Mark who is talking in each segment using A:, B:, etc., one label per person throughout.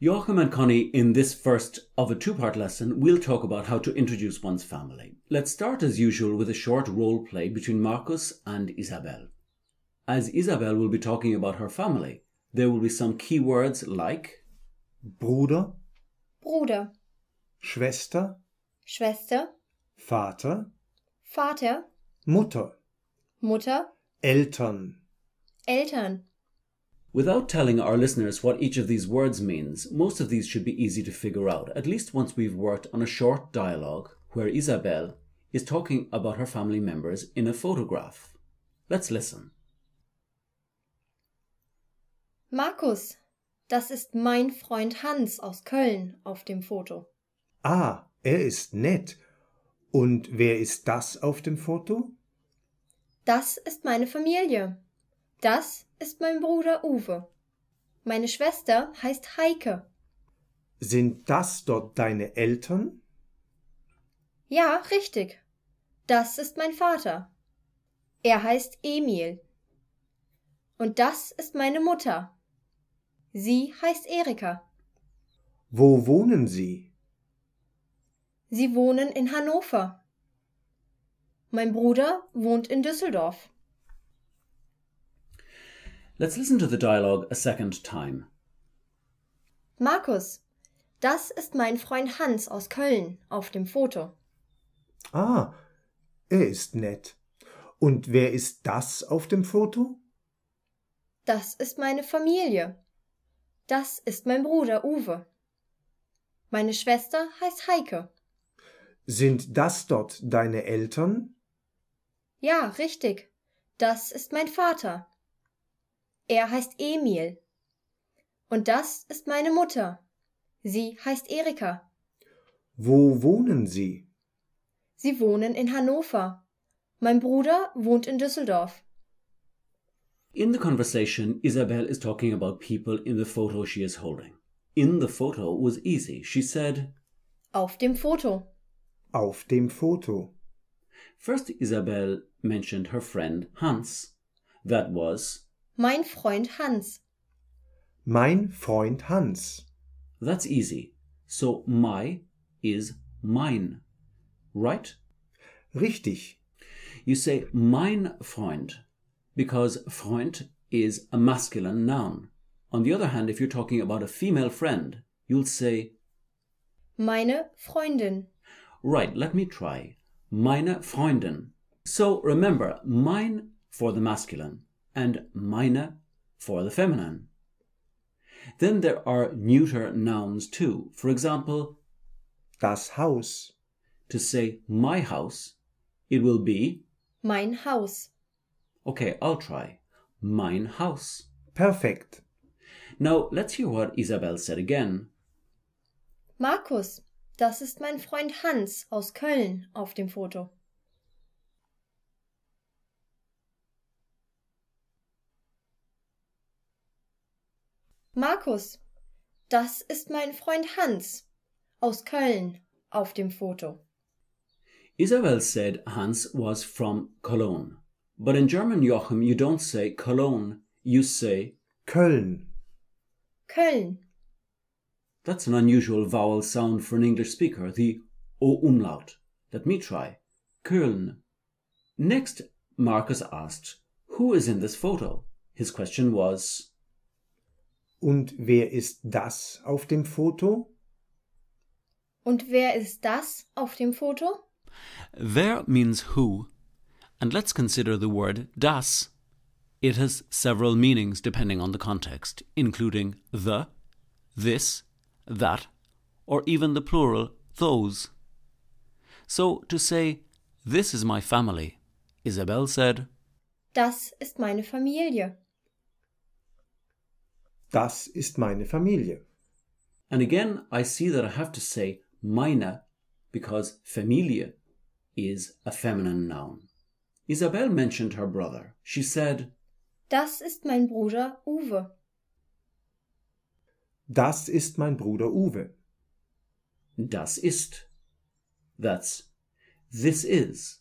A: Joachim and Connie, in this first of a two part lesson, we'll talk about how to introduce one's family. Let's start as usual with a short role play between Marcus and Isabel. As Isabel will be talking about her family, there will be some key words like
B: Bruder,
C: Bruder,
B: Schwester,
C: Schwester,
B: Vater,
C: Vater,
B: Mutter,
C: Mutter,
B: Eltern,
C: Eltern.
A: Without telling our listeners what each of these words means, most of these should be easy to figure out, at least once we've worked on a short dialogue where Isabel is talking about her family members in a photograph. Let's listen.
C: Markus, das ist mein Freund Hans aus Köln auf dem Foto.
B: Ah, er ist nett. Und wer ist das auf dem Foto?
C: Das ist meine Familie. Das ist mein Bruder Uwe. Meine Schwester heißt Heike.
B: Sind das dort deine Eltern?
C: Ja, richtig. Das ist mein Vater. Er heißt Emil. Und das ist meine Mutter. Sie heißt Erika.
B: Wo wohnen sie?
C: Sie wohnen in Hannover. Mein Bruder wohnt in Düsseldorf.
A: Let's listen to the dialogue a second time.
C: Markus, das ist mein Freund Hans aus Köln auf dem Foto.
B: Ah, er ist nett. Und wer ist das auf dem Foto?
C: Das ist meine Familie. Das ist mein Bruder Uwe. Meine Schwester heißt Heike.
B: Sind das dort deine Eltern?
C: Ja, richtig. Das ist mein Vater. Er heißt Emil. Und das ist meine Mutter. Sie heißt Erika.
B: Wo wohnen sie?
C: Sie wohnen in Hannover. Mein Bruder wohnt in Düsseldorf.
A: In the conversation, Isabel is talking about people in the photo she is holding. In the photo was easy. She said,
C: Auf dem Foto.
B: Auf dem Foto.
A: First, Isabel mentioned her friend Hans. That was,
C: Mein Freund Hans.
B: Mein Freund Hans.
A: that's easy. So my is mine. Right?
B: Richtig.
A: You say mein Freund because Freund is a masculine noun. On the other hand, if you're talking about a female friend, you'll say,
C: Meine Freundin.
A: right, let me try. Meine Freundin. So remember, mine for the masculine and meine for the feminine. Then there are neuter nouns too. For example,
B: Das Haus.
A: to say my house, it will be,
C: Mein Haus.
A: okay, I'll try, mein Haus.
B: Perfekt.
A: Now let's hear what Isabel said again.
C: Markus, das ist mein Freund Hans aus Köln auf dem Foto. Markus, das ist mein Freund Hans aus Köln auf dem Foto.
A: Isabel said Hans was from Cologne. But in German, Joachim, you don't say Cologne, you say,
B: Köln.
C: Köln,
A: that's an unusual vowel sound for an English speaker, the O umlaut. Let me try. Köln. Next, Marcus asked, Who is in this photo? His question was,
B: Und wer ist das auf dem Foto?
C: und wer ist das auf dem Foto?
A: There means who, and let's consider the word das. It has several meanings depending on the context, including the, this, that, or even the plural those. So to say, This is my family, Isabel said,
C: Das ist meine Familie.
B: Das ist meine Familie.
A: And again, I see that I have to say meine because Familie is a feminine noun. Isabel mentioned her brother. She said,
C: Das ist mein Bruder Uwe.
B: Das ist mein Bruder Uwe.
A: Das ist. That's this is.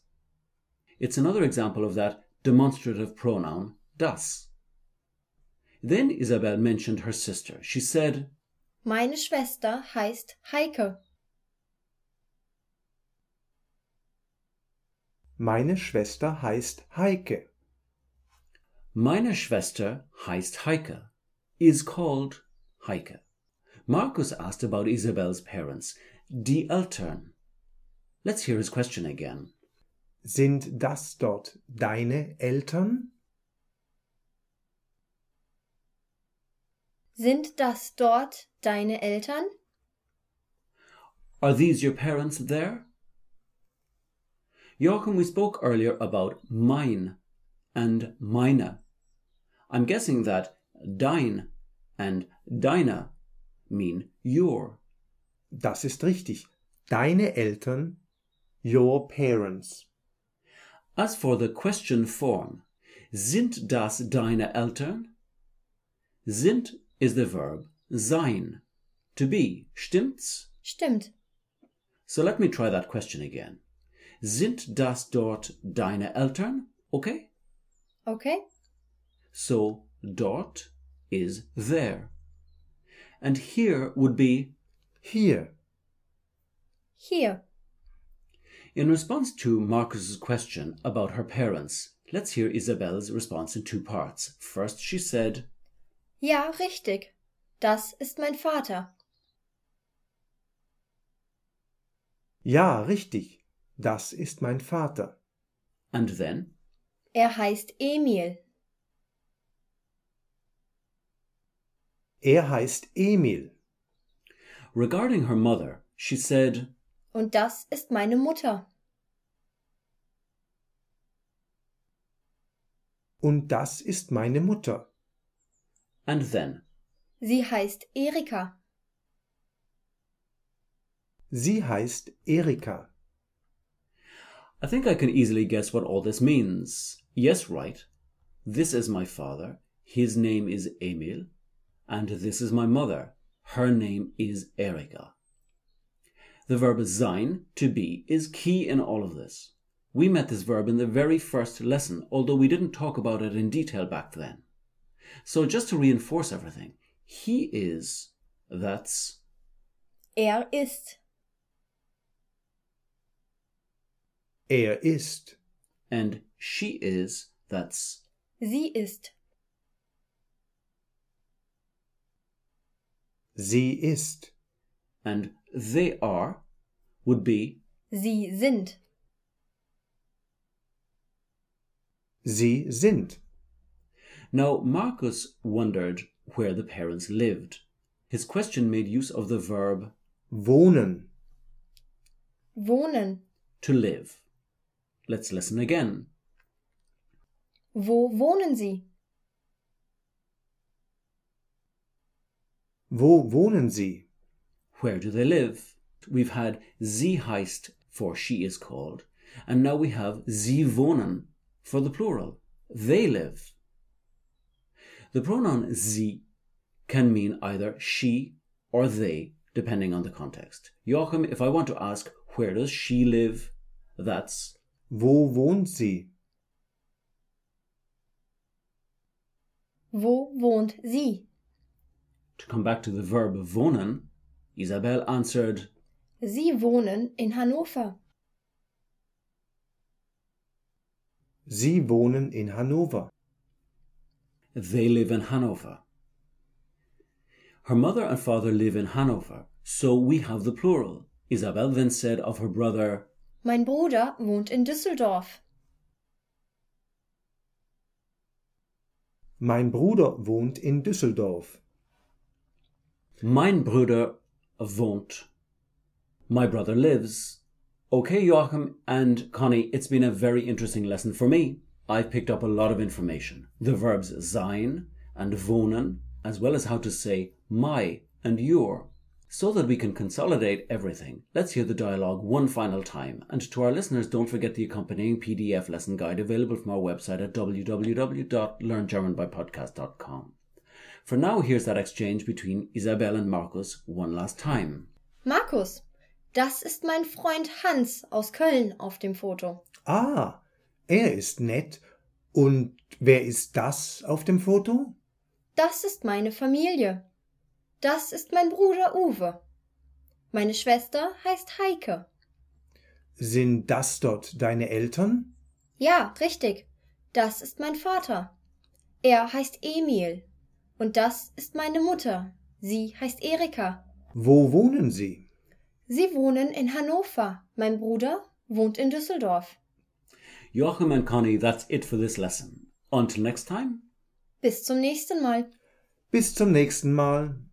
A: It's another example of that demonstrative pronoun das. Then Isabel mentioned her sister. She said,
C: Meine Schwester heißt Heike.
B: Meine Schwester heißt Heike.
A: Meine Schwester heißt Heike, is called Heike. Marcus asked about Isabel's parents, die Eltern. Let's hear his question again.
B: Sind das dort deine Eltern?
C: Sind das dort deine Eltern?
A: Are these your parents there? Joachim, we spoke earlier about mine and meine. I'm guessing that dein and deine mean your.
B: Das ist richtig. Deine Eltern, your parents.
A: As for the question form, sind das deine Eltern? Sind is the verb sein, to be, stimmt's?
C: Stimmt.
A: So let me try that question again. Sind das dort deine Eltern? Okay?
C: Okay?
A: So dort is there. And here would be
B: Hier.
C: Hier.
A: in response to Marcus's question about her parents. Let's hear Isabel's response in two parts. First, she said,
C: Ja, richtig. Das ist mein Vater.
B: Ja, richtig. Das ist mein Vater.
A: and then,
C: Er heißt Emil.
B: Er heißt Emil.
A: regarding her mother, she said,
C: Und das ist meine Mutter.
B: Und das ist meine Mutter.
A: and then,
C: Sie heißt Erika.
B: Sie heißt Erika.
A: I think I can easily guess what all this means. Yes, right. This is my father. His name is Emil. And this is my mother. Her name is Erika. The verb sein, to be, is key in all of this. We met this verb in the very first lesson, although we didn't talk about it in detail back then. So just to reinforce everything, he is, that's,
C: Er ist.
B: Er ist.
A: and she is, that's,
C: Sie ist.
B: Sie ist.
A: and they are would be
C: Sie sind.
B: Sie sind.
A: Now, Marcus wondered where the parents lived. His question made use of the verb
B: Wohnen.
C: Wohnen.
A: to live. Let's listen again.
C: Wo wohnen Sie?
B: Wo wohnen Sie?
A: Where do they live? We've had sie heißt for she is called, and now we have sie wohnen for the plural. They live. The pronoun sie can mean either she or they, depending on the context. Joachim, if I want to ask, where does she live? That's
B: Wo wohnt sie?
C: Wo wohnt sie?
A: To come back to the verb wohnen, Isabel answered,
C: Sie wohnen in Hannover.
B: Sie wohnen in Hannover.
A: They live in Hanover. Her mother and father live in Hanover, so we have the plural. Isabel then said of her brother,
C: Mein Bruder wohnt in Düsseldorf.
B: Mein Bruder wohnt in Düsseldorf.
A: Mein Bruder wohnt. My brother lives. Okay, Joachim and Connie, it's been a very interesting lesson for me. I've picked up a lot of information. The verbs sein and wohnen, as well as how to say my and your. So that we can consolidate everything, let's hear the dialogue one final time. And to our listeners, don't forget the accompanying PDF lesson guide available from our website at www.learngermanbypodcast.com. For now, here's that exchange between Isabel and Marcus one last time.
C: Markus, das ist mein Freund Hans aus Köln auf dem Foto.
B: Ah, er ist nett. Und wer ist das auf dem Foto?
C: Das ist meine Familie. Das ist mein Bruder Uwe. Meine Schwester heißt Heike.
B: Sind das dort deine Eltern?
C: Ja, richtig. Das ist mein Vater. Er heißt Emil. Und das ist meine Mutter. Sie heißt Erika.
B: Wo wohnen sie?
C: Sie wohnen in Hannover. Mein Bruder wohnt in Düsseldorf.
A: Joachim and Connie, that's it for this lesson. Until next time.
C: Bis zum nächsten Mal.
B: Bis zum nächsten Mal.